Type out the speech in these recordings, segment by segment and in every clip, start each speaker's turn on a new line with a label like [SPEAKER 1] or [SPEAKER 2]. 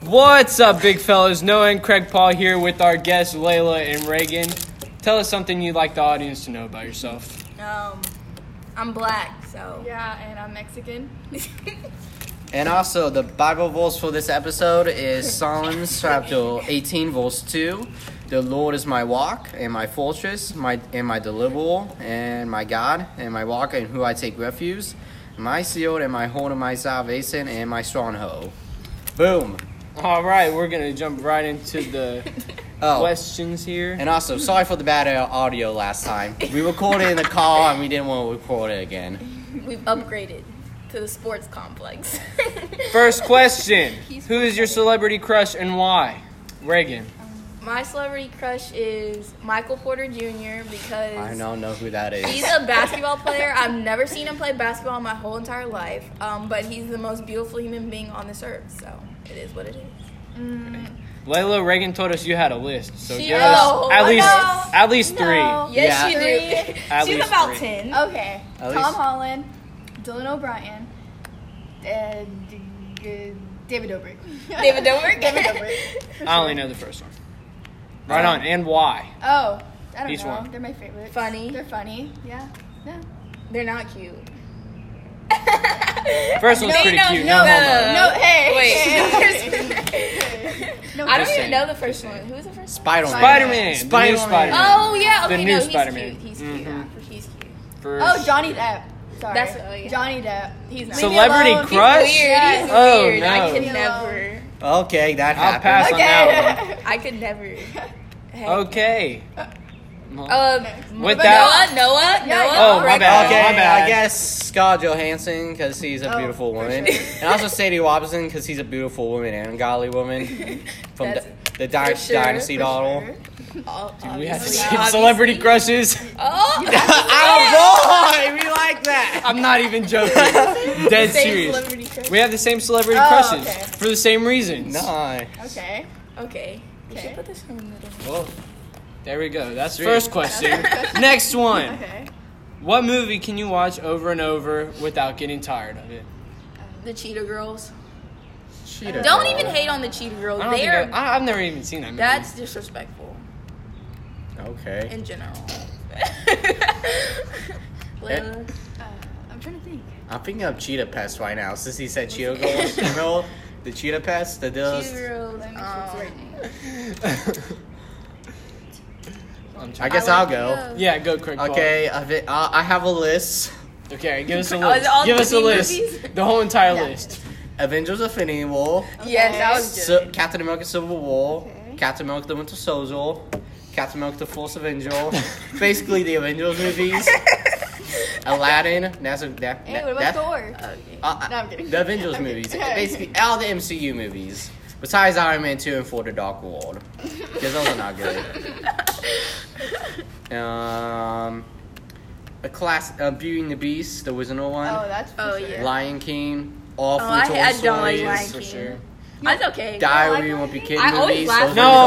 [SPEAKER 1] What's up, big fellas? Noah and Craig Paul here with our guests Layla and Reagan. Tell us something you'd like the audience to know about yourself.
[SPEAKER 2] Um, I'm black, so
[SPEAKER 3] Yeah, and I'm Mexican.
[SPEAKER 4] And also, the Bible verse for this episode is Psalms chapter 18, verse 2. The Lord is my walk and my fortress, my and my deliverer, and my God, and my walker in who I take refuge, my shield and my horn of my salvation, and my stronghold. Boom.
[SPEAKER 1] All right, we're gonna jump right into the
[SPEAKER 4] Oh,
[SPEAKER 1] questions here.
[SPEAKER 4] and also, sorry for the bad uh, audio last time. We recorded in the car and we didn't want to record it again.
[SPEAKER 2] we've upgraded to the sports complex.
[SPEAKER 1] First question:
[SPEAKER 3] He's
[SPEAKER 1] Who is your celebrity crush and why? Reagan.
[SPEAKER 2] My celebrity crush is Michael Porter Jr. because
[SPEAKER 4] I don't know who that is.
[SPEAKER 2] he's a basketball player. I've never seen him play basketball in my whole entire life, um, but he's the most beautiful human being on this earth. So it is what it is.
[SPEAKER 3] Mm,
[SPEAKER 1] Layla Reagan told us you had a list, so
[SPEAKER 3] She-
[SPEAKER 1] give us
[SPEAKER 2] No,
[SPEAKER 1] at least
[SPEAKER 3] no,
[SPEAKER 1] at least
[SPEAKER 3] no.
[SPEAKER 1] three.
[SPEAKER 2] Yes,
[SPEAKER 4] Yeah.
[SPEAKER 2] you do. Oh.
[SPEAKER 1] At
[SPEAKER 2] She's
[SPEAKER 1] least
[SPEAKER 2] about
[SPEAKER 1] three.
[SPEAKER 2] ten.
[SPEAKER 3] Okay. Tom
[SPEAKER 4] At least-
[SPEAKER 3] Holland, Dylan O'Brien, and uh, David Dobrik.
[SPEAKER 2] David Dobrik?
[SPEAKER 3] David Dobrik. for
[SPEAKER 1] I only
[SPEAKER 3] sure.
[SPEAKER 1] know the first one. Right on, and why?
[SPEAKER 3] Oh, I don't
[SPEAKER 1] Each
[SPEAKER 3] know.
[SPEAKER 1] one.
[SPEAKER 3] They're my favorite.
[SPEAKER 2] Funny.
[SPEAKER 3] They're funny. Yeah. Yeah.
[SPEAKER 2] They're not cute.
[SPEAKER 1] First one's pretty
[SPEAKER 2] no,
[SPEAKER 1] cute. No,
[SPEAKER 2] No, no,
[SPEAKER 3] No, hey.
[SPEAKER 2] Wait.
[SPEAKER 3] No,
[SPEAKER 2] I don't
[SPEAKER 1] Just
[SPEAKER 2] even
[SPEAKER 1] saying.
[SPEAKER 2] know the first one. Who's the first one?
[SPEAKER 4] Spider-Man.
[SPEAKER 1] Spider-Man. The new
[SPEAKER 4] Spider-Man.
[SPEAKER 1] Spider-Man.
[SPEAKER 2] Oh yeah,
[SPEAKER 1] The
[SPEAKER 2] okay,
[SPEAKER 1] new
[SPEAKER 2] no, he's
[SPEAKER 1] Spider-Man. Mm-hmm.
[SPEAKER 2] cute. He's cute. He's cute.
[SPEAKER 1] First-
[SPEAKER 3] Oh, Johnny Depp. Sorry.
[SPEAKER 2] That's- oh, yeah.
[SPEAKER 3] Johnny Depp. He's
[SPEAKER 2] nice.
[SPEAKER 1] Celebrity
[SPEAKER 3] Leave me alone.
[SPEAKER 1] crush?
[SPEAKER 2] He's weird.
[SPEAKER 3] Yes.
[SPEAKER 2] He's
[SPEAKER 1] Oh,
[SPEAKER 2] weird. I
[SPEAKER 1] no.
[SPEAKER 2] could
[SPEAKER 3] Leave me
[SPEAKER 2] never.
[SPEAKER 4] Okay, that
[SPEAKER 1] I'll
[SPEAKER 4] happened.
[SPEAKER 1] pass on that one.
[SPEAKER 3] Okay.
[SPEAKER 2] I could never. Heck.
[SPEAKER 1] Okay.
[SPEAKER 2] Um,
[SPEAKER 1] With
[SPEAKER 2] but
[SPEAKER 1] that-
[SPEAKER 2] Noah, Noah,
[SPEAKER 3] Yeah,
[SPEAKER 2] Noah.
[SPEAKER 1] Oh, my
[SPEAKER 2] Reagan.
[SPEAKER 1] bad.
[SPEAKER 4] Okay,
[SPEAKER 1] my bad.
[SPEAKER 4] I guess Scott Johansson because he's a
[SPEAKER 3] Oh,
[SPEAKER 4] beautiful
[SPEAKER 3] for
[SPEAKER 4] woman,
[SPEAKER 3] sure.
[SPEAKER 4] and also Sadie Robinson because he's a beautiful woman and a godly woman from
[SPEAKER 2] That's-
[SPEAKER 4] the, the Dy-
[SPEAKER 2] for sure,
[SPEAKER 4] Dynasty
[SPEAKER 2] for
[SPEAKER 4] Doll.
[SPEAKER 2] Oh,
[SPEAKER 1] We have to
[SPEAKER 2] obviously,
[SPEAKER 1] skip
[SPEAKER 2] obviously.
[SPEAKER 1] celebrity crushes.
[SPEAKER 2] Oh,
[SPEAKER 4] Oh boy, we like that.
[SPEAKER 1] I'm not even joking. Dead
[SPEAKER 2] same
[SPEAKER 1] serious.
[SPEAKER 2] celebrity crush.
[SPEAKER 1] We have the same celebrity
[SPEAKER 3] Oh,
[SPEAKER 1] crushes
[SPEAKER 3] okay.
[SPEAKER 1] for the same reasons.
[SPEAKER 4] No.
[SPEAKER 3] Okay.
[SPEAKER 2] Okay. We should
[SPEAKER 3] Okay.
[SPEAKER 2] put this in the middle.
[SPEAKER 4] Well,
[SPEAKER 1] There we go. That's first question. Next one.
[SPEAKER 3] Okay.
[SPEAKER 1] What movie can you watch over and over without getting tired of it?
[SPEAKER 2] The Cheetah Girls.
[SPEAKER 4] cheater.
[SPEAKER 2] Don't
[SPEAKER 4] girl.
[SPEAKER 2] even hate on the Cheetah Girls.
[SPEAKER 1] I don't
[SPEAKER 2] They
[SPEAKER 1] think
[SPEAKER 2] are.
[SPEAKER 1] I, I, have never even seen that movie.
[SPEAKER 2] That's disrespectful
[SPEAKER 4] Okay.
[SPEAKER 2] in general.
[SPEAKER 4] Eh.
[SPEAKER 3] Uh, I'm trying to think.
[SPEAKER 4] I'm thinking of cheetah pest right now since he said cheetah girls. You know the cheetah pest, the
[SPEAKER 2] Cheetah
[SPEAKER 4] dills.
[SPEAKER 2] Girls.
[SPEAKER 3] Let me
[SPEAKER 2] um,
[SPEAKER 3] see his right
[SPEAKER 1] I'm trying-
[SPEAKER 4] I guess
[SPEAKER 2] I
[SPEAKER 4] I'll
[SPEAKER 2] like
[SPEAKER 4] go.
[SPEAKER 2] those.
[SPEAKER 1] yeah, go Craig. Paul.
[SPEAKER 4] Okay, I've- I I have a list.
[SPEAKER 1] Okay, give us a
[SPEAKER 2] Are
[SPEAKER 1] list.
[SPEAKER 2] they all
[SPEAKER 1] Give us a
[SPEAKER 2] Disney
[SPEAKER 1] list.
[SPEAKER 2] movies?
[SPEAKER 1] The whole entire
[SPEAKER 3] Yeah.
[SPEAKER 1] list.
[SPEAKER 4] Avengers: Infinity War.
[SPEAKER 2] Yes, that was good.
[SPEAKER 4] So, Captain America Civil War,
[SPEAKER 3] Okay.
[SPEAKER 4] Captain America the Winter Soldier, Captain America the Force Avenger, basically the Avengers movies, Aladdin, that's a, that,
[SPEAKER 3] Hey, what about
[SPEAKER 4] that-
[SPEAKER 3] Thor?
[SPEAKER 2] Okay.
[SPEAKER 4] uh,
[SPEAKER 3] No, I'm kidding.
[SPEAKER 4] The Avengers movies, basically all the MCU movies, besides Iron Man 2 and 4 The Dark World, because those are not good. Um, a class, uh, Beauty and the Beast, the original one,
[SPEAKER 3] Oh, that's for
[SPEAKER 2] Oh,
[SPEAKER 3] sure.
[SPEAKER 2] yeah.
[SPEAKER 4] Lion King, all
[SPEAKER 2] Oh,
[SPEAKER 4] three
[SPEAKER 2] I-
[SPEAKER 4] Toy
[SPEAKER 2] I don't like
[SPEAKER 4] Stories.
[SPEAKER 2] Lion
[SPEAKER 1] For
[SPEAKER 2] King.
[SPEAKER 1] sure.
[SPEAKER 2] That's okay.
[SPEAKER 4] Diary of a Wimpy
[SPEAKER 2] I
[SPEAKER 4] Kid
[SPEAKER 2] always
[SPEAKER 4] movies.
[SPEAKER 2] laugh at
[SPEAKER 4] those movies-
[SPEAKER 1] No,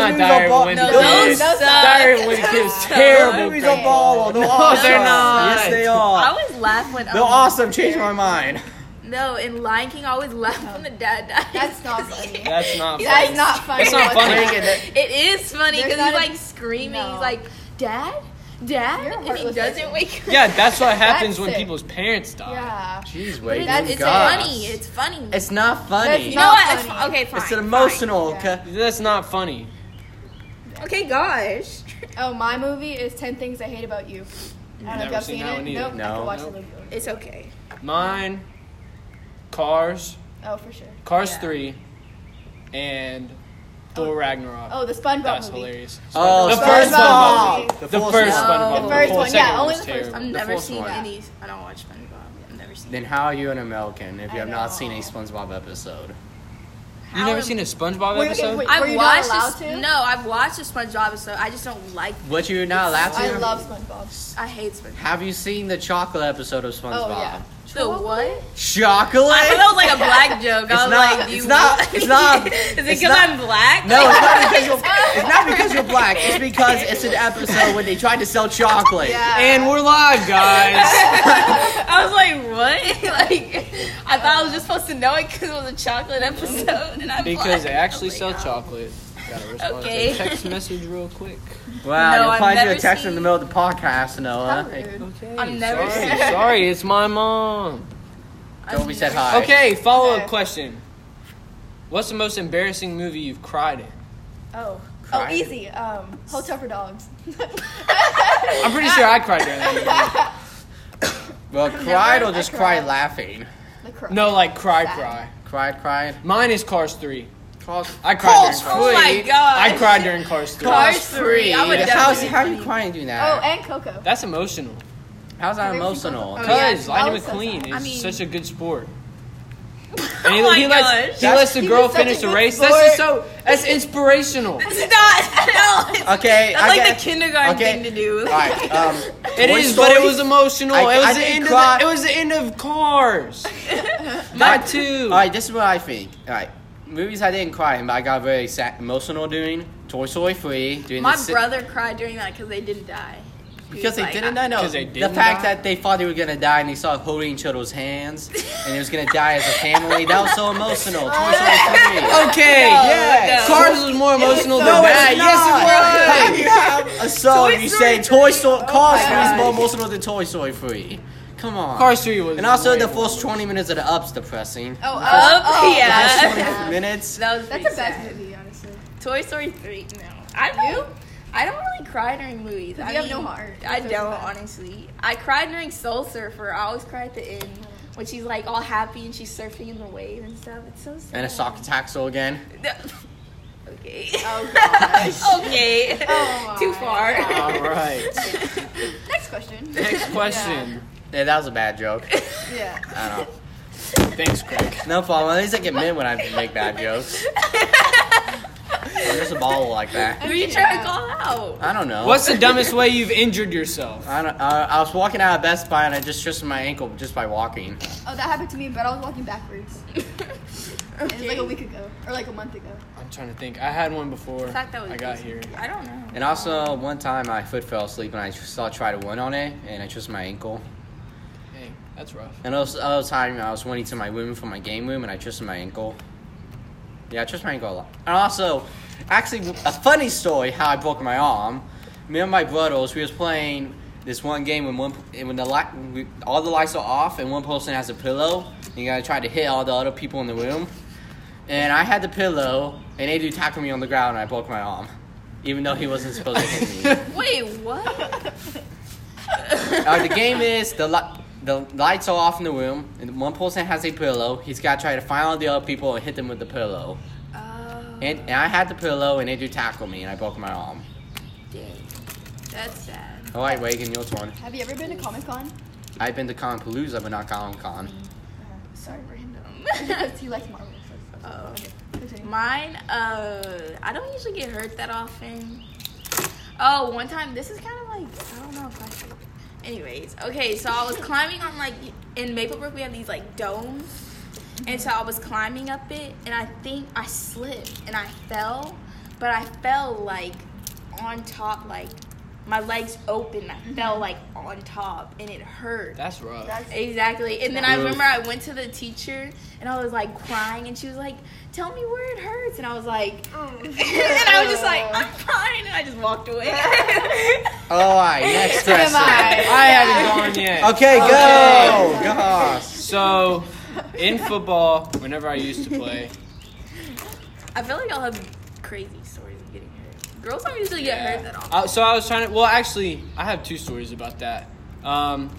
[SPEAKER 1] not
[SPEAKER 4] movies are
[SPEAKER 1] Diary
[SPEAKER 4] ball-
[SPEAKER 1] Wimpy
[SPEAKER 4] no,
[SPEAKER 2] No,
[SPEAKER 1] Kid.
[SPEAKER 2] those
[SPEAKER 4] those-
[SPEAKER 2] suck.
[SPEAKER 1] Diary Wimpy Kid is terrible.
[SPEAKER 4] Those movies are ball. They're awesome.
[SPEAKER 1] they're not.
[SPEAKER 4] Yes, they
[SPEAKER 2] I
[SPEAKER 4] are.
[SPEAKER 2] always laugh when.
[SPEAKER 4] They're
[SPEAKER 2] um,
[SPEAKER 4] awesome. Change my mind.
[SPEAKER 2] No, in Lion King, I always laugh when the dad dies.
[SPEAKER 3] That's not funny.
[SPEAKER 1] That's not
[SPEAKER 3] That
[SPEAKER 1] funny.
[SPEAKER 3] is not funny.
[SPEAKER 1] That's not funny.
[SPEAKER 2] It is funny because he's
[SPEAKER 3] There's not a-
[SPEAKER 2] like screaming.
[SPEAKER 3] No.
[SPEAKER 2] He's like, "Dad, Dad,"
[SPEAKER 3] You're a
[SPEAKER 2] and he
[SPEAKER 3] heartless
[SPEAKER 2] doesn't
[SPEAKER 3] person.
[SPEAKER 2] wake up.
[SPEAKER 1] Yeah, that's what happens when
[SPEAKER 3] sick.
[SPEAKER 1] people's parents die.
[SPEAKER 3] Yeah.
[SPEAKER 4] Jeez, wait.
[SPEAKER 2] It's,
[SPEAKER 3] That's-
[SPEAKER 2] it's
[SPEAKER 4] God.
[SPEAKER 2] funny. It's funny.
[SPEAKER 4] It's not funny.
[SPEAKER 3] That's
[SPEAKER 2] you
[SPEAKER 3] not
[SPEAKER 2] know what? It's,
[SPEAKER 3] funny.
[SPEAKER 2] okay, fine.
[SPEAKER 4] It's an
[SPEAKER 2] fine.
[SPEAKER 4] emotional.
[SPEAKER 3] fine.
[SPEAKER 4] ca-
[SPEAKER 1] That's not funny.
[SPEAKER 2] Okay, gosh.
[SPEAKER 3] Oh, my movie is Ten Things I Hate About You. I don't know
[SPEAKER 1] Never
[SPEAKER 3] if y'all
[SPEAKER 1] seen
[SPEAKER 3] seen
[SPEAKER 1] that
[SPEAKER 3] it.
[SPEAKER 1] one either.
[SPEAKER 3] Nope. I
[SPEAKER 4] No.
[SPEAKER 3] could watch
[SPEAKER 1] Nope.
[SPEAKER 3] the movie. over.
[SPEAKER 2] It's okay.
[SPEAKER 1] Mine, Cars,
[SPEAKER 3] Oh, for sure.
[SPEAKER 1] Cars
[SPEAKER 2] Yeah.
[SPEAKER 1] 3, and Thor Ragnarok.
[SPEAKER 3] Oh, the SpongeBob
[SPEAKER 1] that was
[SPEAKER 3] movie.
[SPEAKER 1] hilarious.
[SPEAKER 4] Oh,
[SPEAKER 1] the
[SPEAKER 4] SpongeBob.
[SPEAKER 1] first one.
[SPEAKER 3] movie.
[SPEAKER 1] The
[SPEAKER 4] The, first
[SPEAKER 1] first
[SPEAKER 2] one.
[SPEAKER 4] one.
[SPEAKER 1] SpongeBob.
[SPEAKER 3] The first one,
[SPEAKER 1] second
[SPEAKER 3] yeah, only
[SPEAKER 1] was
[SPEAKER 3] the first
[SPEAKER 1] terrible.
[SPEAKER 2] I've
[SPEAKER 3] one.
[SPEAKER 2] never
[SPEAKER 4] fourth
[SPEAKER 2] seen
[SPEAKER 4] one.
[SPEAKER 2] any. I don't watch SpongeBob. I've never seen.
[SPEAKER 4] Then how are you an American if you
[SPEAKER 3] I
[SPEAKER 4] have not
[SPEAKER 3] know.
[SPEAKER 4] seen a SpongeBob episode?
[SPEAKER 1] You never seen a SpongeBob
[SPEAKER 3] Wait, wait,
[SPEAKER 1] episode?
[SPEAKER 3] wait. Were
[SPEAKER 2] I've
[SPEAKER 3] you not
[SPEAKER 2] watched
[SPEAKER 3] allowed
[SPEAKER 2] this-
[SPEAKER 3] to?
[SPEAKER 2] No, I've watched a SpongeBob episode. I just don't like.
[SPEAKER 4] What you're not allowed to?
[SPEAKER 3] I love SpongeBob.
[SPEAKER 2] I hate SpongeBob.
[SPEAKER 4] Have you seen the chocolate episode of SpongeBob?
[SPEAKER 3] Oh, yeah.
[SPEAKER 5] The what?
[SPEAKER 4] Chocolate?
[SPEAKER 2] Oh, I thought that was like a black joke.
[SPEAKER 4] It's
[SPEAKER 2] I was
[SPEAKER 4] not-
[SPEAKER 2] like, do
[SPEAKER 4] it's
[SPEAKER 2] you
[SPEAKER 4] not-
[SPEAKER 2] want-
[SPEAKER 4] it's not-
[SPEAKER 2] Is it
[SPEAKER 4] it's
[SPEAKER 2] because
[SPEAKER 4] not-
[SPEAKER 2] I'm black?
[SPEAKER 4] No, it's not because you're. It's not because you're black. It's because it's an episode when they tried to sell chocolate.
[SPEAKER 1] And we're live, guys.
[SPEAKER 2] I was like, what? like, I thought I was just supposed to know it because it was a chocolate episode, and I'm
[SPEAKER 1] because they
[SPEAKER 2] black.
[SPEAKER 1] actually
[SPEAKER 2] I was
[SPEAKER 1] sell
[SPEAKER 2] like, oh.
[SPEAKER 1] chocolate. Gotta respond
[SPEAKER 2] Okay.
[SPEAKER 1] to a text message real quick.
[SPEAKER 4] Wow,
[SPEAKER 2] No,
[SPEAKER 4] you'll
[SPEAKER 2] I've
[SPEAKER 4] find you a
[SPEAKER 2] never
[SPEAKER 4] text in
[SPEAKER 2] seen-
[SPEAKER 4] the middle of the podcast, Noah.
[SPEAKER 1] Okay.
[SPEAKER 2] I'm never
[SPEAKER 1] sorry.
[SPEAKER 2] sure.
[SPEAKER 1] sorry, it's my mom.
[SPEAKER 4] Don't be said hi.
[SPEAKER 1] Okay, follow up
[SPEAKER 3] Okay.
[SPEAKER 1] question. What's the most embarrassing movie you've cried in?
[SPEAKER 3] Oh.
[SPEAKER 4] Crying.
[SPEAKER 3] Oh, easy. Um, Hotel for Dogs.
[SPEAKER 1] I'm pretty sure I cried during that
[SPEAKER 4] Well, cried or
[SPEAKER 3] I
[SPEAKER 4] just
[SPEAKER 3] cried.
[SPEAKER 4] cried laughing?
[SPEAKER 3] The cry.
[SPEAKER 1] movie. No, like cry, cry.
[SPEAKER 4] Cried, cried.
[SPEAKER 1] Mine is Cars 3.
[SPEAKER 4] Cause
[SPEAKER 1] I cried during
[SPEAKER 2] Oh
[SPEAKER 1] Cars 3.
[SPEAKER 2] my god.
[SPEAKER 1] I cried during Cars 3.
[SPEAKER 2] Cars three. I would
[SPEAKER 4] How,
[SPEAKER 2] definitely- eh,
[SPEAKER 4] how are you crying doing
[SPEAKER 3] Oh,
[SPEAKER 4] that?
[SPEAKER 3] and Coco.
[SPEAKER 1] That's emotional.
[SPEAKER 4] How's that emotional?
[SPEAKER 3] Oh, yeah.
[SPEAKER 1] Cuz Lightning
[SPEAKER 3] Oh, so
[SPEAKER 1] McQueen
[SPEAKER 3] sad.
[SPEAKER 1] is
[SPEAKER 3] I mean-
[SPEAKER 1] such a good sport.
[SPEAKER 2] Oh
[SPEAKER 1] And he,
[SPEAKER 2] my
[SPEAKER 1] he lets, he
[SPEAKER 2] gosh.
[SPEAKER 1] lets the
[SPEAKER 3] He
[SPEAKER 1] girl
[SPEAKER 3] was such a
[SPEAKER 1] finish the
[SPEAKER 3] good
[SPEAKER 1] race.
[SPEAKER 3] sport.
[SPEAKER 1] That's just so that's inspirational.
[SPEAKER 2] It's not. No. it's-
[SPEAKER 4] Okay,
[SPEAKER 2] That's
[SPEAKER 4] I
[SPEAKER 2] like
[SPEAKER 4] guess-
[SPEAKER 2] the kindergarten
[SPEAKER 4] okay.
[SPEAKER 2] thing to do.
[SPEAKER 4] All right. Um,
[SPEAKER 1] It
[SPEAKER 4] Toy
[SPEAKER 1] is, but it
[SPEAKER 4] Story?
[SPEAKER 1] was emotional.
[SPEAKER 4] I-
[SPEAKER 1] it was
[SPEAKER 4] I
[SPEAKER 1] the
[SPEAKER 4] didn't
[SPEAKER 1] end
[SPEAKER 4] cry.
[SPEAKER 1] of the, it was the end of Cars. Not two.
[SPEAKER 4] All right. This is what I think. All right. Movies I didn't cry in, but I got very sa emotional doing. Toy Story 3. Doing
[SPEAKER 2] My
[SPEAKER 4] the si-
[SPEAKER 2] brother cried during that because they didn't die. He
[SPEAKER 4] Because
[SPEAKER 2] was
[SPEAKER 4] they
[SPEAKER 2] like,
[SPEAKER 4] didn't die. No,
[SPEAKER 1] 'Cause they
[SPEAKER 4] the
[SPEAKER 1] didn't
[SPEAKER 4] fact
[SPEAKER 1] die?
[SPEAKER 4] that they thought they were gonna die and they started holding each other's hands and it was gonna die as a family. That was so emotional. Toy Story 3.
[SPEAKER 1] Okay, yeah.
[SPEAKER 2] no.
[SPEAKER 1] Cars was more emotional
[SPEAKER 4] No,
[SPEAKER 1] than
[SPEAKER 4] it's
[SPEAKER 1] that.
[SPEAKER 4] not.
[SPEAKER 1] Yes, it was.
[SPEAKER 4] You have a song.
[SPEAKER 2] Toy
[SPEAKER 4] you
[SPEAKER 2] Story
[SPEAKER 4] say Toy Story. Cars
[SPEAKER 3] my
[SPEAKER 4] 3 is
[SPEAKER 3] gosh.
[SPEAKER 4] more emotional than Toy Story 3. Come on.
[SPEAKER 1] Cars 3 was.
[SPEAKER 4] And also,
[SPEAKER 1] way
[SPEAKER 4] the
[SPEAKER 1] more
[SPEAKER 4] first 20 minutes of the up's depressing.
[SPEAKER 3] Oh,
[SPEAKER 2] Up, yeah.
[SPEAKER 4] First 20 minutes.
[SPEAKER 2] That was
[SPEAKER 3] That's
[SPEAKER 2] pretty
[SPEAKER 3] the best
[SPEAKER 2] sad.
[SPEAKER 3] movie, honestly.
[SPEAKER 2] Toy Story three. No, I don't. I don't really cry during movies. I
[SPEAKER 3] You have
[SPEAKER 2] mean,
[SPEAKER 3] no heart.
[SPEAKER 2] I
[SPEAKER 3] That's what's
[SPEAKER 2] don't
[SPEAKER 3] bad.
[SPEAKER 2] honestly. I cried during Soul Surfer. I always cry at the end when she's like all happy and she's surfing in the wave and stuff. It's so sad.
[SPEAKER 4] And a sock taxel again.
[SPEAKER 2] okay.
[SPEAKER 3] Oh, gosh.
[SPEAKER 2] okay.
[SPEAKER 3] Oh,
[SPEAKER 2] Too
[SPEAKER 3] my
[SPEAKER 2] far.
[SPEAKER 1] All right.
[SPEAKER 3] Next question.
[SPEAKER 1] Next question.
[SPEAKER 4] Yeah, that was a bad joke.
[SPEAKER 3] Yeah.
[SPEAKER 4] I don't know.
[SPEAKER 1] Thanks, Craig.
[SPEAKER 4] No problem. At least I can admit when I make bad jokes. I'm just a ball like that.
[SPEAKER 2] Who are you trying to call out?
[SPEAKER 4] I don't know.
[SPEAKER 1] What's the dumbest way you've injured yourself?
[SPEAKER 4] I, don't, uh, I was walking out of Best Buy and I just twisted my ankle just by walking.
[SPEAKER 3] Oh, that happened to me, but I was walking backwards. It was like a week ago, or like a month ago.
[SPEAKER 1] I'm trying to think. I had one before
[SPEAKER 2] In fact, that was
[SPEAKER 1] I got
[SPEAKER 2] easy.
[SPEAKER 1] here.
[SPEAKER 2] I don't know.
[SPEAKER 4] And also, one time my foot fell asleep and I saw try to win on it and I twisted my ankle.
[SPEAKER 1] Hey, that's rough.
[SPEAKER 4] And also, other time I was running to my room from my game room and I twisted my ankle. Yeah, I twisted my ankle a lot. And also, actually, a funny story how I broke my arm. Me and my brothers, we was playing this one game when one and when the light, we, all the lights are off and one person has a pillow. And you gotta try to hit all the other people in the room. And I had the pillow, and they do tackle me on the ground, and I broke my arm, even though he wasn't supposed to hit me.
[SPEAKER 2] Wait, what?
[SPEAKER 4] Uh, the game is the li- the lights are off in the room, and one person has a pillow. He's got to try to find all the other people and hit them with the pillow.
[SPEAKER 2] Oh,
[SPEAKER 4] And, and I had the pillow, and Andrew tackled me, and I broke my arm.
[SPEAKER 2] dang. That's sad.
[SPEAKER 4] All right, Reagan, your turn.
[SPEAKER 3] Have you ever been to Comic Con?
[SPEAKER 4] I've been to Con Palooza, but not Con Con.
[SPEAKER 3] Sorry, random.
[SPEAKER 2] Random.
[SPEAKER 3] he likes Marvel. so-
[SPEAKER 1] Uh,
[SPEAKER 2] Oh.
[SPEAKER 3] Continue.
[SPEAKER 2] Mine, uh, I don't usually get hurt that often. Oh, one time, this is kind of like, I don't know if I should. Anyways, okay, so I was climbing on like, in Maplebrook, we have these like domes. And so I was climbing up it, and I think I slipped and I fell, but I fell like on top, like my legs open. I fell like on top, and it hurt.
[SPEAKER 1] That's rough.
[SPEAKER 2] Exactly. And then I
[SPEAKER 4] Oof.
[SPEAKER 2] remember I went to the teacher and I was like crying and she was like, Tell me where it hurts and I was like and I was just like, I'm fine and I just walked away.
[SPEAKER 4] All right, next question.
[SPEAKER 1] I haven't gone yet.
[SPEAKER 4] Okay, go. Gosh.
[SPEAKER 1] So, in football, whenever I used to play,
[SPEAKER 2] I feel like I'll have crazy stories of getting hurt. Girls don't usually get hurt that often.
[SPEAKER 1] Uh, so I was trying to. Well, actually, I have two stories about that. Um,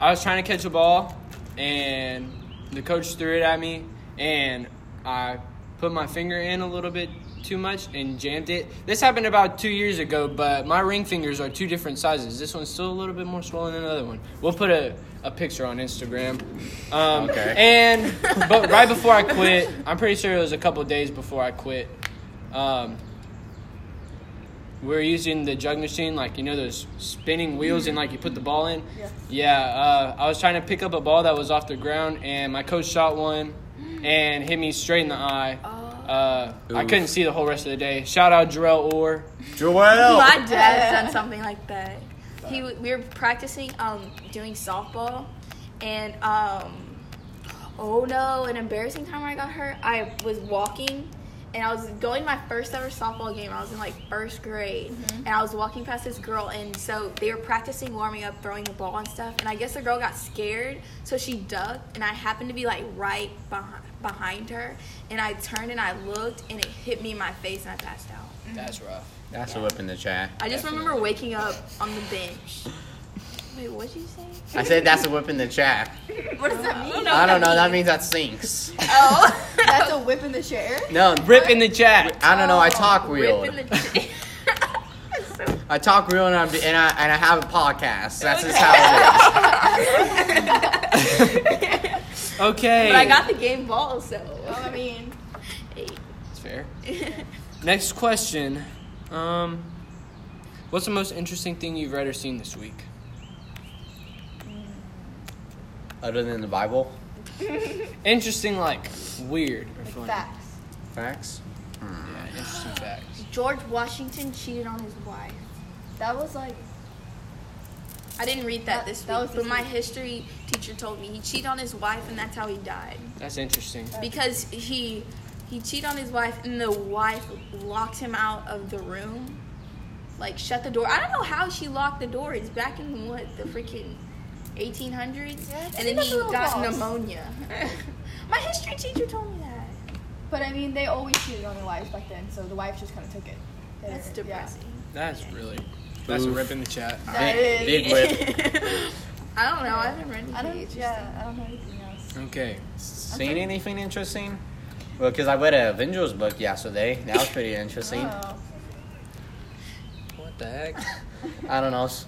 [SPEAKER 1] I was trying to catch a ball, and the coach threw it at me, and I put my finger in a little bit too much and jammed it. This happened about two years ago, but my ring fingers are two different sizes. This one's still a little bit more swollen than the other one. We'll put a, a picture on Instagram. Um,
[SPEAKER 4] Okay.
[SPEAKER 1] And but right before I quit, I'm pretty sure it was a couple days before I quit. Um, we're using the jug machine, like you know those spinning wheels, and like you put the ball in.
[SPEAKER 3] Yeah.
[SPEAKER 1] Yeah, uh, I was trying to pick up a ball that was off the ground, and my coach shot one and hit me straight in the eye. Uh, I
[SPEAKER 4] Oof.
[SPEAKER 1] couldn't see the whole rest of the day. Shout out Jarrell Orr.
[SPEAKER 2] My
[SPEAKER 4] Joel.
[SPEAKER 2] dad has done something like that. He w- we were practicing um doing softball, and um oh no, an embarrassing time I got hurt. I was walking. And I was going to my first ever softball game. I was in like first grade, and I was walking past this girl, and so they were practicing warming up, throwing the ball and stuff. And I guess the girl got scared, so she ducked, and I happened to be like right behind, behind her. And I turned and I looked, and it hit me in my face, and I passed out.
[SPEAKER 1] That's rough.
[SPEAKER 4] That's a whip in the chat.
[SPEAKER 2] I just remember waking up on the bench. Wait, what'd you say?
[SPEAKER 4] I said that's a whip in the chat.
[SPEAKER 3] What does that mean?
[SPEAKER 4] I don't know. That means that sinks.
[SPEAKER 2] Oh,
[SPEAKER 3] That's a whip in the chair.
[SPEAKER 4] No,
[SPEAKER 1] Rip in the chat.
[SPEAKER 4] I don't know. I talk
[SPEAKER 2] rip
[SPEAKER 4] real.
[SPEAKER 2] in the chin.
[SPEAKER 4] I talk real, and, I'm, and I and I have a podcast. That's just how it is.
[SPEAKER 1] Okay.
[SPEAKER 2] But I got the game ball, so.
[SPEAKER 3] Well, I mean,
[SPEAKER 2] Hey.
[SPEAKER 1] That's fair. Next question. Um, what's the most interesting thing you've read or seen this week?
[SPEAKER 4] Other than the Bible,
[SPEAKER 1] Interesting, like weird or
[SPEAKER 3] like
[SPEAKER 1] funny.
[SPEAKER 3] facts.
[SPEAKER 4] facts.
[SPEAKER 1] Yeah, interesting facts.
[SPEAKER 2] George Washington cheated on his wife.
[SPEAKER 3] That was like
[SPEAKER 2] I didn't read
[SPEAKER 3] That-
[SPEAKER 2] that this week,
[SPEAKER 3] that was
[SPEAKER 2] but
[SPEAKER 3] this
[SPEAKER 2] my
[SPEAKER 3] week.
[SPEAKER 2] history teacher told me he cheated on his wife, and that's how he died
[SPEAKER 1] That's interesting.
[SPEAKER 2] because he he cheated on his wife, and the wife locked him out of the room, like shut the door. I don't know how she locked the door. It's back in what the freaking 1800s,
[SPEAKER 3] Yeah,
[SPEAKER 2] and
[SPEAKER 3] it's
[SPEAKER 2] then
[SPEAKER 3] in the
[SPEAKER 2] he
[SPEAKER 3] middle
[SPEAKER 2] got
[SPEAKER 3] clause.
[SPEAKER 2] pneumonia. My history teacher told me that.
[SPEAKER 3] But I mean, they always cheated on their wives back then, so the wife just kind of took it. They're-
[SPEAKER 2] That's depressing.
[SPEAKER 1] That's really. That's a
[SPEAKER 4] Oof.
[SPEAKER 1] rip in the chat.
[SPEAKER 3] Yeah. That is-
[SPEAKER 4] Big whip.
[SPEAKER 2] I don't know. I haven't read
[SPEAKER 3] I don't.
[SPEAKER 2] anything.
[SPEAKER 3] Yeah, I don't know anything else.
[SPEAKER 1] Okay.
[SPEAKER 4] Seen anything interesting? Well, because I read a Avengers book yesterday. That was pretty interesting.
[SPEAKER 3] Oh.
[SPEAKER 1] What the heck?
[SPEAKER 4] I don't know. s-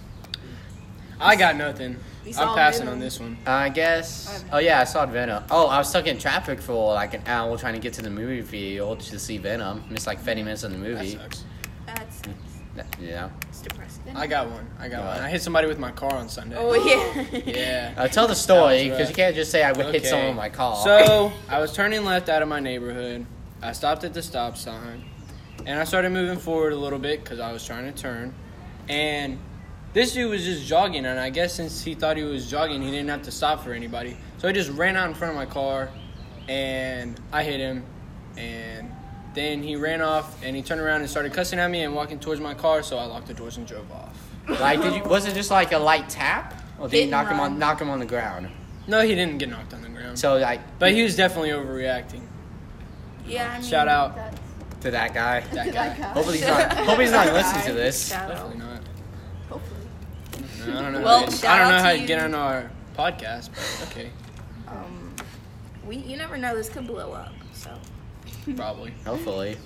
[SPEAKER 1] I got nothing.
[SPEAKER 2] We saw
[SPEAKER 1] I'm passing
[SPEAKER 2] Venom.
[SPEAKER 1] on this one.
[SPEAKER 4] I
[SPEAKER 1] Um,
[SPEAKER 4] guess. Oh yeah, I saw Venom. Oh, I was stuck in traffic for like an hour trying to get to the movie field to see Venom. Missed like 30 minutes of the
[SPEAKER 1] That
[SPEAKER 4] movie.
[SPEAKER 1] sucks.
[SPEAKER 2] That's
[SPEAKER 4] That- yeah.
[SPEAKER 2] it's depressing.
[SPEAKER 1] I got one. I got
[SPEAKER 4] Yeah.
[SPEAKER 1] one. I hit somebody with my car on Sunday.
[SPEAKER 2] Oh yeah.
[SPEAKER 1] Yeah.
[SPEAKER 4] Uh, tell the story
[SPEAKER 1] rough.
[SPEAKER 4] because you can't just say I would hit
[SPEAKER 1] Okay.
[SPEAKER 4] someone with my car.
[SPEAKER 1] So I was turning left out of my neighborhood. I stopped at the stop sign, and I started moving forward a little bit because I was trying to turn. And this dude was just jogging, and I guess since he thought he was jogging, he didn't have to stop for anybody. So he just ran out in front of my car, and I hit him. And then he ran off, and he turned around and started cussing at me and walking towards my car. So I locked the doors and drove off.
[SPEAKER 4] like, did you? Was it just like a light tap, or did you
[SPEAKER 2] Hit
[SPEAKER 4] knock
[SPEAKER 2] and
[SPEAKER 4] him on
[SPEAKER 2] run.
[SPEAKER 4] knock him on the ground?
[SPEAKER 1] No, he didn't get knocked on the ground.
[SPEAKER 4] So like,
[SPEAKER 1] but he was definitely overreacting.
[SPEAKER 2] Yeah. I mean,
[SPEAKER 1] Shout out
[SPEAKER 3] That's
[SPEAKER 4] to that guy.
[SPEAKER 1] that
[SPEAKER 3] to
[SPEAKER 1] guy.
[SPEAKER 3] that guy.
[SPEAKER 4] Hopefully he's not. hopefully he's not listening to this.
[SPEAKER 2] Shout out.
[SPEAKER 1] Definitely not.
[SPEAKER 3] Hopefully.
[SPEAKER 1] I don't know.
[SPEAKER 2] Well,
[SPEAKER 1] how to, I
[SPEAKER 2] shout
[SPEAKER 1] don't know
[SPEAKER 2] out
[SPEAKER 1] how
[SPEAKER 2] to
[SPEAKER 1] to get
[SPEAKER 2] you.
[SPEAKER 1] on our podcast, but okay,
[SPEAKER 2] Um, we you never know. This could blow up. So
[SPEAKER 1] probably.
[SPEAKER 4] Hopefully,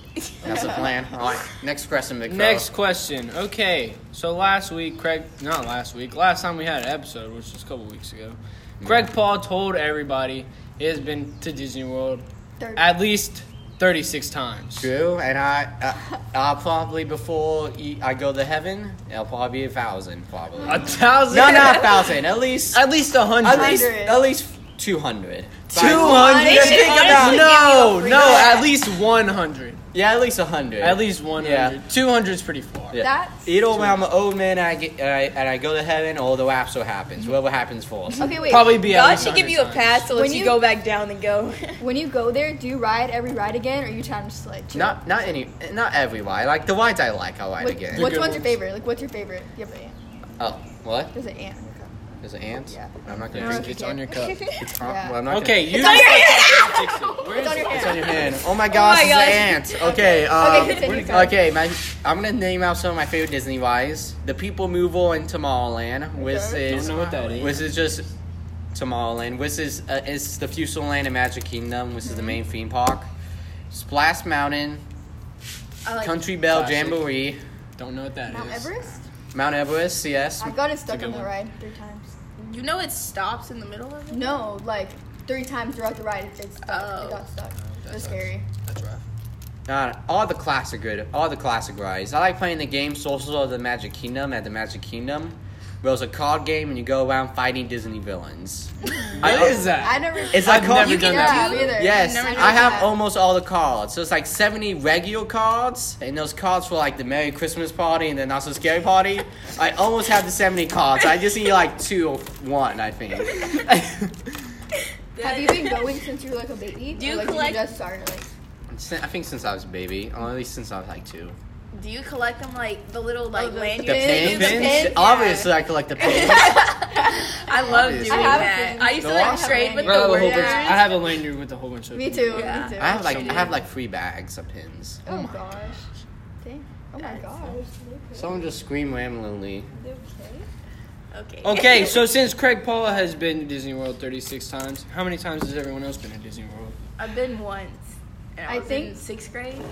[SPEAKER 4] that's the plan. All right, next question, Big Fro.
[SPEAKER 1] Next question. Okay, so last week, Craig, not last week, last time we had an episode, which was a couple weeks ago, Craig Paul told everybody he has been to Disney World
[SPEAKER 3] Third.
[SPEAKER 1] at least 36 times.
[SPEAKER 4] True, and I, uh, I'll probably before e- I go to heaven, it'll probably be a thousand, probably.
[SPEAKER 1] A thousand?
[SPEAKER 4] no, not a thousand. At least,
[SPEAKER 1] At least a
[SPEAKER 4] at
[SPEAKER 1] hundred.
[SPEAKER 4] least,
[SPEAKER 3] Hundred.
[SPEAKER 4] at least two hundred.
[SPEAKER 1] hundred.
[SPEAKER 2] They should honestly
[SPEAKER 1] No,
[SPEAKER 2] give you a free
[SPEAKER 1] no,
[SPEAKER 2] pass.
[SPEAKER 1] at least 100.
[SPEAKER 4] Yeah, at least a hundred.
[SPEAKER 1] At least 100.
[SPEAKER 4] Yeah.
[SPEAKER 1] 200 is pretty far.
[SPEAKER 4] Yeah.
[SPEAKER 3] That's-
[SPEAKER 4] Either way, I'm an old man and I get uh, and I go to heaven, or the rapture happens. Whatever happens first.
[SPEAKER 3] Okay, wait.
[SPEAKER 1] Probably be at
[SPEAKER 5] God
[SPEAKER 1] least
[SPEAKER 5] should give
[SPEAKER 1] 100
[SPEAKER 5] you a
[SPEAKER 1] times.
[SPEAKER 5] pass to let
[SPEAKER 3] When
[SPEAKER 5] you
[SPEAKER 3] you-
[SPEAKER 5] go back down and go.
[SPEAKER 3] When you go there, do you ride every ride again, or you try to just like chill?
[SPEAKER 4] Not not any, not every ride. Like the rides I like, I ride
[SPEAKER 3] What,
[SPEAKER 4] again.
[SPEAKER 1] What-
[SPEAKER 3] Which
[SPEAKER 1] good
[SPEAKER 3] one's your
[SPEAKER 1] ones.
[SPEAKER 3] favorite? Like, what's your favorite? You have an ant.
[SPEAKER 4] oh, what?
[SPEAKER 3] There's an ant.
[SPEAKER 4] There's an ant.
[SPEAKER 3] Yeah.
[SPEAKER 4] I'm not
[SPEAKER 3] No,
[SPEAKER 4] gonna.
[SPEAKER 3] you
[SPEAKER 1] It's on your cup.
[SPEAKER 4] It's on,
[SPEAKER 3] Yeah.
[SPEAKER 4] well, I'm not
[SPEAKER 1] Okay,
[SPEAKER 4] Gonna,
[SPEAKER 1] you. Where is
[SPEAKER 3] on your
[SPEAKER 1] it?
[SPEAKER 3] hand.
[SPEAKER 4] it's on your hand. Oh my gosh, it's
[SPEAKER 5] gosh.
[SPEAKER 4] an ant. Okay. Um,
[SPEAKER 3] Okay, continue,
[SPEAKER 4] okay, my, I'm gonna name out some of my favorite Disney rides. The People Mover in Tomorrowland, which
[SPEAKER 3] Okay.
[SPEAKER 4] is
[SPEAKER 1] Don't know what that is.
[SPEAKER 4] which is just Tomorrowland, which is uh, it's the Fuseland and Magic Kingdom, which is the main theme park. Splash Mountain,
[SPEAKER 2] I like
[SPEAKER 4] Country Bell
[SPEAKER 1] Classic.
[SPEAKER 4] Jamboree,
[SPEAKER 1] Don't know what that is.
[SPEAKER 3] Mount Everest?
[SPEAKER 4] Mount Everest, yes.
[SPEAKER 3] I've gotten stuck
[SPEAKER 1] good
[SPEAKER 3] on the
[SPEAKER 1] one.
[SPEAKER 3] ride three times.
[SPEAKER 2] you know it stops in the middle of it.
[SPEAKER 3] No, like three times throughout the ride, it, it's stuck.
[SPEAKER 2] Oh.
[SPEAKER 3] It got stuck.
[SPEAKER 1] that
[SPEAKER 3] It was
[SPEAKER 1] sucks.
[SPEAKER 3] scary.
[SPEAKER 1] That's rough.
[SPEAKER 4] Uh, all the classics are good. All the classic rides. I like playing the game Sorcerers of the Magic Kingdom at the Magic Kingdom, where it's a card game and you go around fighting Disney villains.
[SPEAKER 1] What is
[SPEAKER 3] I
[SPEAKER 1] that?
[SPEAKER 3] never.
[SPEAKER 4] It's like
[SPEAKER 1] I've
[SPEAKER 4] card-
[SPEAKER 1] never
[SPEAKER 4] you
[SPEAKER 1] done
[SPEAKER 4] can
[SPEAKER 1] that.
[SPEAKER 3] Yeah, me either.
[SPEAKER 4] Yes,
[SPEAKER 3] I've never
[SPEAKER 4] I
[SPEAKER 3] done
[SPEAKER 4] have
[SPEAKER 3] that.
[SPEAKER 4] almost all the cards. So it's like 70 regular cards, and those cards for like the Merry Christmas party and the Not So Scary party. I almost have the 70 cards. I just need like two or one, I think.
[SPEAKER 3] Have you been going since you were like a baby?
[SPEAKER 2] Do you
[SPEAKER 3] or, like,
[SPEAKER 2] collect-
[SPEAKER 3] You just started like.
[SPEAKER 4] Sin- I think since I was a baby, or at least since I was like two.
[SPEAKER 2] Do you collect them like the little like
[SPEAKER 3] the-
[SPEAKER 2] lanyards?
[SPEAKER 4] The pins?
[SPEAKER 1] the pins,
[SPEAKER 4] Obviously, I collect the pins.
[SPEAKER 2] I love
[SPEAKER 4] Obviously.
[SPEAKER 2] doing
[SPEAKER 4] I
[SPEAKER 3] have
[SPEAKER 2] that.
[SPEAKER 3] pins.
[SPEAKER 2] I used to
[SPEAKER 4] No, I
[SPEAKER 2] like
[SPEAKER 4] have
[SPEAKER 2] trade with
[SPEAKER 1] Bro, I have
[SPEAKER 2] the
[SPEAKER 1] a whole
[SPEAKER 2] words.
[SPEAKER 1] bunch. I have a lanyard with a whole bunch of
[SPEAKER 3] Me too.
[SPEAKER 2] Yeah.
[SPEAKER 3] Me too.
[SPEAKER 4] I have like I
[SPEAKER 1] Somewhere.
[SPEAKER 4] have like three bags of pins.
[SPEAKER 3] Oh my gosh. Dang. Oh my gosh.
[SPEAKER 4] Someone just screamed randomly.
[SPEAKER 2] Okay.
[SPEAKER 4] Oh.
[SPEAKER 1] Okay, so since Craig Paula has been to Disney World 36 times, how many times has everyone else been to Disney World?
[SPEAKER 2] I've been once. And I,
[SPEAKER 3] I
[SPEAKER 2] was
[SPEAKER 3] think-
[SPEAKER 2] in sixth grade.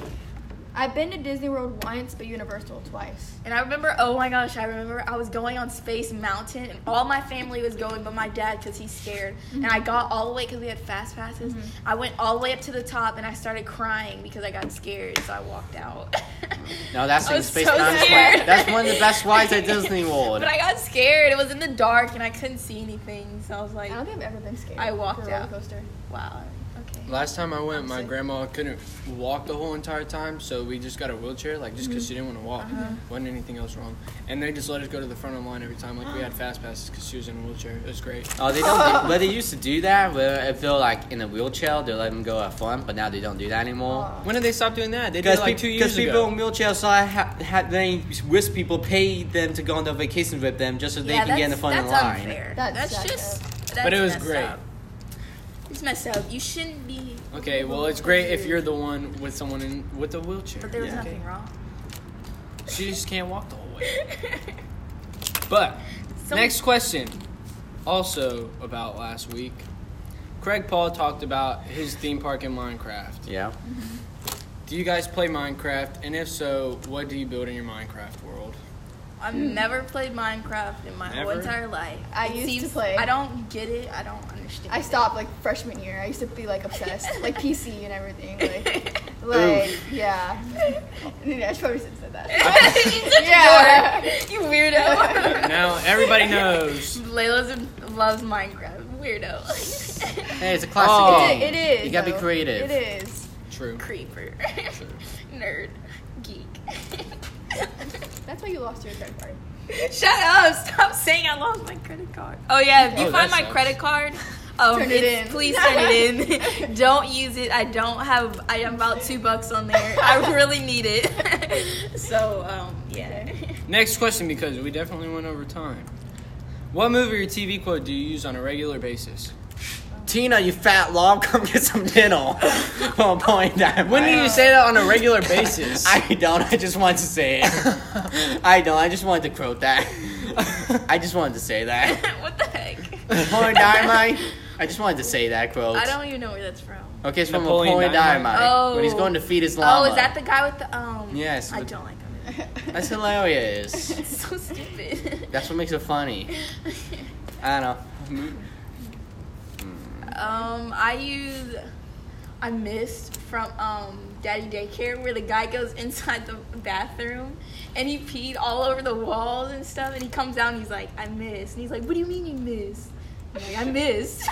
[SPEAKER 3] I've been to Disney World once, but Universal twice.
[SPEAKER 2] And I remember, oh my gosh, I remember I was going on Space Mountain, and all my family was going, but my dad, because he's scared. And I got all the way, because we had fast passes. I went all the way up to the top, and I started crying because I got scared, so I walked out.
[SPEAKER 4] No, that's
[SPEAKER 2] I
[SPEAKER 4] in
[SPEAKER 2] was
[SPEAKER 4] Space
[SPEAKER 2] so
[SPEAKER 4] Mountain.
[SPEAKER 2] scared.
[SPEAKER 4] That's one of the best rides at Disney World.
[SPEAKER 2] but I got scared. It was in the dark, and I couldn't see anything, so I was like,
[SPEAKER 3] I don't think I've ever been scared.
[SPEAKER 2] I walked
[SPEAKER 3] for a roller
[SPEAKER 2] out.
[SPEAKER 3] coaster.
[SPEAKER 2] wow, okay.
[SPEAKER 1] Last time I went, my grandma couldn't walk the whole entire time, so we just got a wheelchair, like just because she
[SPEAKER 2] Mm-hmm.
[SPEAKER 1] didn't want to walk.
[SPEAKER 2] Uh-huh.
[SPEAKER 1] Wasn't anything else wrong. And they just let us go to the front of the line every time. Like we had fast passes because she was in a wheelchair. It was great.
[SPEAKER 4] Oh, they don't. But they used to do that. Where if they're like in a wheelchair, they let them go up front. But now they don't do that anymore.
[SPEAKER 1] When did they stop doing that? They did it like
[SPEAKER 4] peop-
[SPEAKER 1] two years
[SPEAKER 4] people
[SPEAKER 1] ago.
[SPEAKER 4] in wheelchairs, so I ha- had they wish people pay them to go on their vacations with them just so they can get in the front of
[SPEAKER 2] that's
[SPEAKER 4] the line.
[SPEAKER 2] Unfair.
[SPEAKER 3] That's
[SPEAKER 2] That's,
[SPEAKER 3] jacked
[SPEAKER 2] just. That's
[SPEAKER 1] But it was
[SPEAKER 2] messed
[SPEAKER 1] great.
[SPEAKER 2] Up. It's messed up. You shouldn't be.
[SPEAKER 1] Okay, well it's great if you're the one with someone in with a wheelchair.
[SPEAKER 2] But there was
[SPEAKER 4] Yeah.
[SPEAKER 2] nothing wrong.
[SPEAKER 1] She just can't walk the whole way. But
[SPEAKER 2] So-
[SPEAKER 1] next question, also about last week, Craig Paul talked about his theme park in Minecraft.
[SPEAKER 4] Yeah.
[SPEAKER 1] Do you guys play Minecraft? And if so, what do you build in your Minecraft world?
[SPEAKER 2] I've never played Minecraft in my whole
[SPEAKER 1] Never?
[SPEAKER 2] entire life.
[SPEAKER 3] I used to play.
[SPEAKER 2] I don't get it. I don't understand.
[SPEAKER 3] I stopped like freshman year. I used to be like obsessed, like PC and everything. Like, like yeah. yeah. I should probably said that. yeah.
[SPEAKER 2] it. you weirdo.
[SPEAKER 1] Now everybody knows.
[SPEAKER 2] Layla's in, loves Minecraft. Weirdo.
[SPEAKER 4] Hey, it's a
[SPEAKER 1] Oh.
[SPEAKER 4] classic.
[SPEAKER 3] It, it
[SPEAKER 4] game.
[SPEAKER 3] is.
[SPEAKER 4] You gotta
[SPEAKER 3] though.
[SPEAKER 4] be creative.
[SPEAKER 3] It is.
[SPEAKER 1] True.
[SPEAKER 2] Creeper. Nerd. Geek.
[SPEAKER 3] That's why you lost your credit card.
[SPEAKER 2] Shut up! Stop saying I lost my credit card. Oh yeah, if you
[SPEAKER 1] Oh, that
[SPEAKER 2] find my
[SPEAKER 1] sucks.
[SPEAKER 2] credit card, um,
[SPEAKER 3] Turn it
[SPEAKER 2] it's-
[SPEAKER 3] in.
[SPEAKER 2] please turn it in. don't use it. I don't have. I am about two bucks on there. I really need it. so um, yeah.
[SPEAKER 1] Next question because we definitely went over time. What movie or TV quote do you use on a regular basis?
[SPEAKER 4] Tina, you fat lob, come get some dinner. I'll point that.
[SPEAKER 1] When do
[SPEAKER 4] way.
[SPEAKER 1] you say that on a regular basis?
[SPEAKER 4] I don't. I just wanted to say it. I don't. I just wanted to quote that. I just wanted to say that.
[SPEAKER 2] what the heck?
[SPEAKER 4] Napoleon Dynamite. I just wanted to say that quote.
[SPEAKER 2] I don't even know where that's from.
[SPEAKER 4] Okay, it's from
[SPEAKER 1] Napoleon
[SPEAKER 4] Napoleon,
[SPEAKER 1] Dynamite.
[SPEAKER 4] Dynamite.
[SPEAKER 2] Oh.
[SPEAKER 4] When he's going to feed his llama.
[SPEAKER 2] Oh, is that the guy with the um?
[SPEAKER 4] Yes,
[SPEAKER 2] I
[SPEAKER 4] with-
[SPEAKER 2] don't like him.
[SPEAKER 4] That's hilarious.
[SPEAKER 2] It's so stupid.
[SPEAKER 4] That's what makes it funny. I don't know.
[SPEAKER 2] Um, I use I missed from um Daddy Daycare where the guy goes inside the bathroom and he peed all over the walls and stuff and he comes out and he's like, I missed and he's like, What do you mean you missed? I'm like, I missed.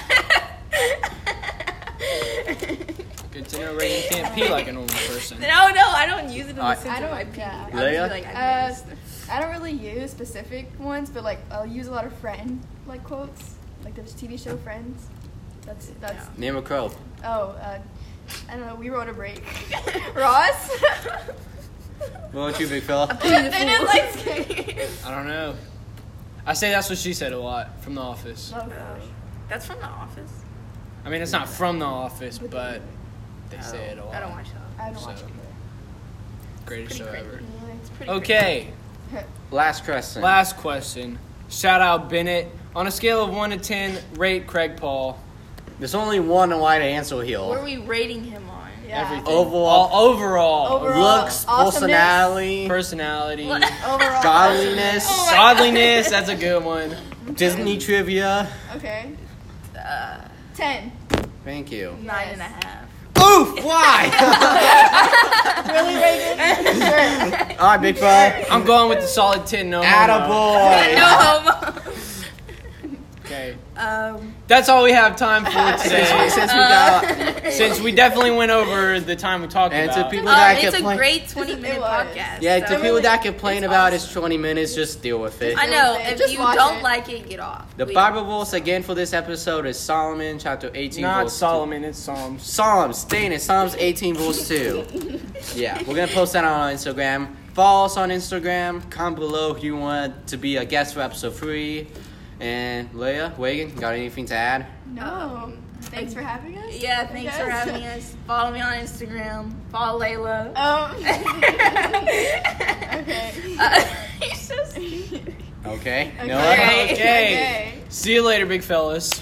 [SPEAKER 1] Good to know, Ray. You can't pee like a normal person.
[SPEAKER 2] No, no, I don't use it in the
[SPEAKER 4] Alright.
[SPEAKER 2] sense
[SPEAKER 3] I
[SPEAKER 2] of
[SPEAKER 3] don't-
[SPEAKER 2] I pee.
[SPEAKER 3] yeah.
[SPEAKER 2] I'll just be
[SPEAKER 4] Leia?
[SPEAKER 2] like, I
[SPEAKER 3] Uh,
[SPEAKER 2] missed.
[SPEAKER 3] I don't really use specific ones, but like I'll use a lot of friend like quotes, like the TV show Friends. That's that's.
[SPEAKER 4] Name a crow.
[SPEAKER 3] Oh, uh, I don't know. We wrote a break. Ross.
[SPEAKER 4] What about you, big fella?
[SPEAKER 3] they didn't like.
[SPEAKER 1] I don't know. I say that's what she said a lot from The Office.
[SPEAKER 3] Oh gosh.
[SPEAKER 2] That's from the office.
[SPEAKER 1] I mean, it's not from The Office, but they say it a lot.
[SPEAKER 2] I don't watch that.
[SPEAKER 3] I don't watch
[SPEAKER 1] So,
[SPEAKER 3] it.
[SPEAKER 1] Greatest show
[SPEAKER 2] Pretty
[SPEAKER 1] ever.
[SPEAKER 2] cringy.
[SPEAKER 3] Really?
[SPEAKER 2] It's pretty
[SPEAKER 1] Okay.
[SPEAKER 4] Last question.
[SPEAKER 1] Last question. Shout out Bennett. On a scale of one to ten, rate Craig Paul.
[SPEAKER 4] There's only one right answer
[SPEAKER 2] cringy. What are
[SPEAKER 4] here.
[SPEAKER 2] we rating him on?
[SPEAKER 3] Yeah.
[SPEAKER 1] Everything.
[SPEAKER 4] Overall-
[SPEAKER 1] All- overall.
[SPEAKER 3] Overall
[SPEAKER 4] Looks,
[SPEAKER 3] awesomeness.
[SPEAKER 4] personality,
[SPEAKER 1] Personality.
[SPEAKER 2] Oh
[SPEAKER 3] Overall.
[SPEAKER 4] godliness,
[SPEAKER 1] Godliness. That's a good one.
[SPEAKER 4] Disney trivia.
[SPEAKER 3] Okay.
[SPEAKER 2] Uh,
[SPEAKER 3] Ten.
[SPEAKER 4] Thank you.
[SPEAKER 2] Nine and a half.
[SPEAKER 4] Oof! Why? All right, big fella.
[SPEAKER 1] I'm going with the solid 10. No. homo.
[SPEAKER 4] Attaboy.
[SPEAKER 2] No homo.
[SPEAKER 1] Okay.
[SPEAKER 2] Um,
[SPEAKER 1] That's all we have time for today.
[SPEAKER 4] Since we got
[SPEAKER 1] Since we definitely went over the time we talked
[SPEAKER 4] And to
[SPEAKER 1] about.
[SPEAKER 4] people-
[SPEAKER 2] oh,
[SPEAKER 4] that I
[SPEAKER 2] it's a
[SPEAKER 4] complain-
[SPEAKER 2] great 20 minute
[SPEAKER 3] was.
[SPEAKER 2] podcast.
[SPEAKER 4] yeah,
[SPEAKER 2] so-
[SPEAKER 4] to people that complain about it's 20 minutes, just deal with it.
[SPEAKER 2] I know.
[SPEAKER 3] Just
[SPEAKER 2] If
[SPEAKER 3] watch
[SPEAKER 2] you don't
[SPEAKER 3] it.
[SPEAKER 2] like it, get off.
[SPEAKER 4] The
[SPEAKER 2] Leave.
[SPEAKER 4] Bible verse again for this episode is Solomon chapter 18.
[SPEAKER 1] Not
[SPEAKER 4] verse two.
[SPEAKER 1] Solomon, it's Psalms.
[SPEAKER 4] Psalms, staying in Psalms 18 verse 2. yeah, we're gonna post that on our Instagram. Follow us on Instagram. Comment below if you want to be a guest for episode three. And Leah, Wagon, got anything to add?
[SPEAKER 3] No. Thanks for having us.
[SPEAKER 2] Um, Yeah, thanks for
[SPEAKER 3] Yes.
[SPEAKER 2] having us. Follow me on Instagram. Follow Layla.
[SPEAKER 3] Um. Oh. okay.
[SPEAKER 2] Uh, he's so stupid.
[SPEAKER 4] Okay.
[SPEAKER 3] Okay.
[SPEAKER 4] Noah?
[SPEAKER 1] Okay.
[SPEAKER 3] okay.
[SPEAKER 1] See you later, big fellas.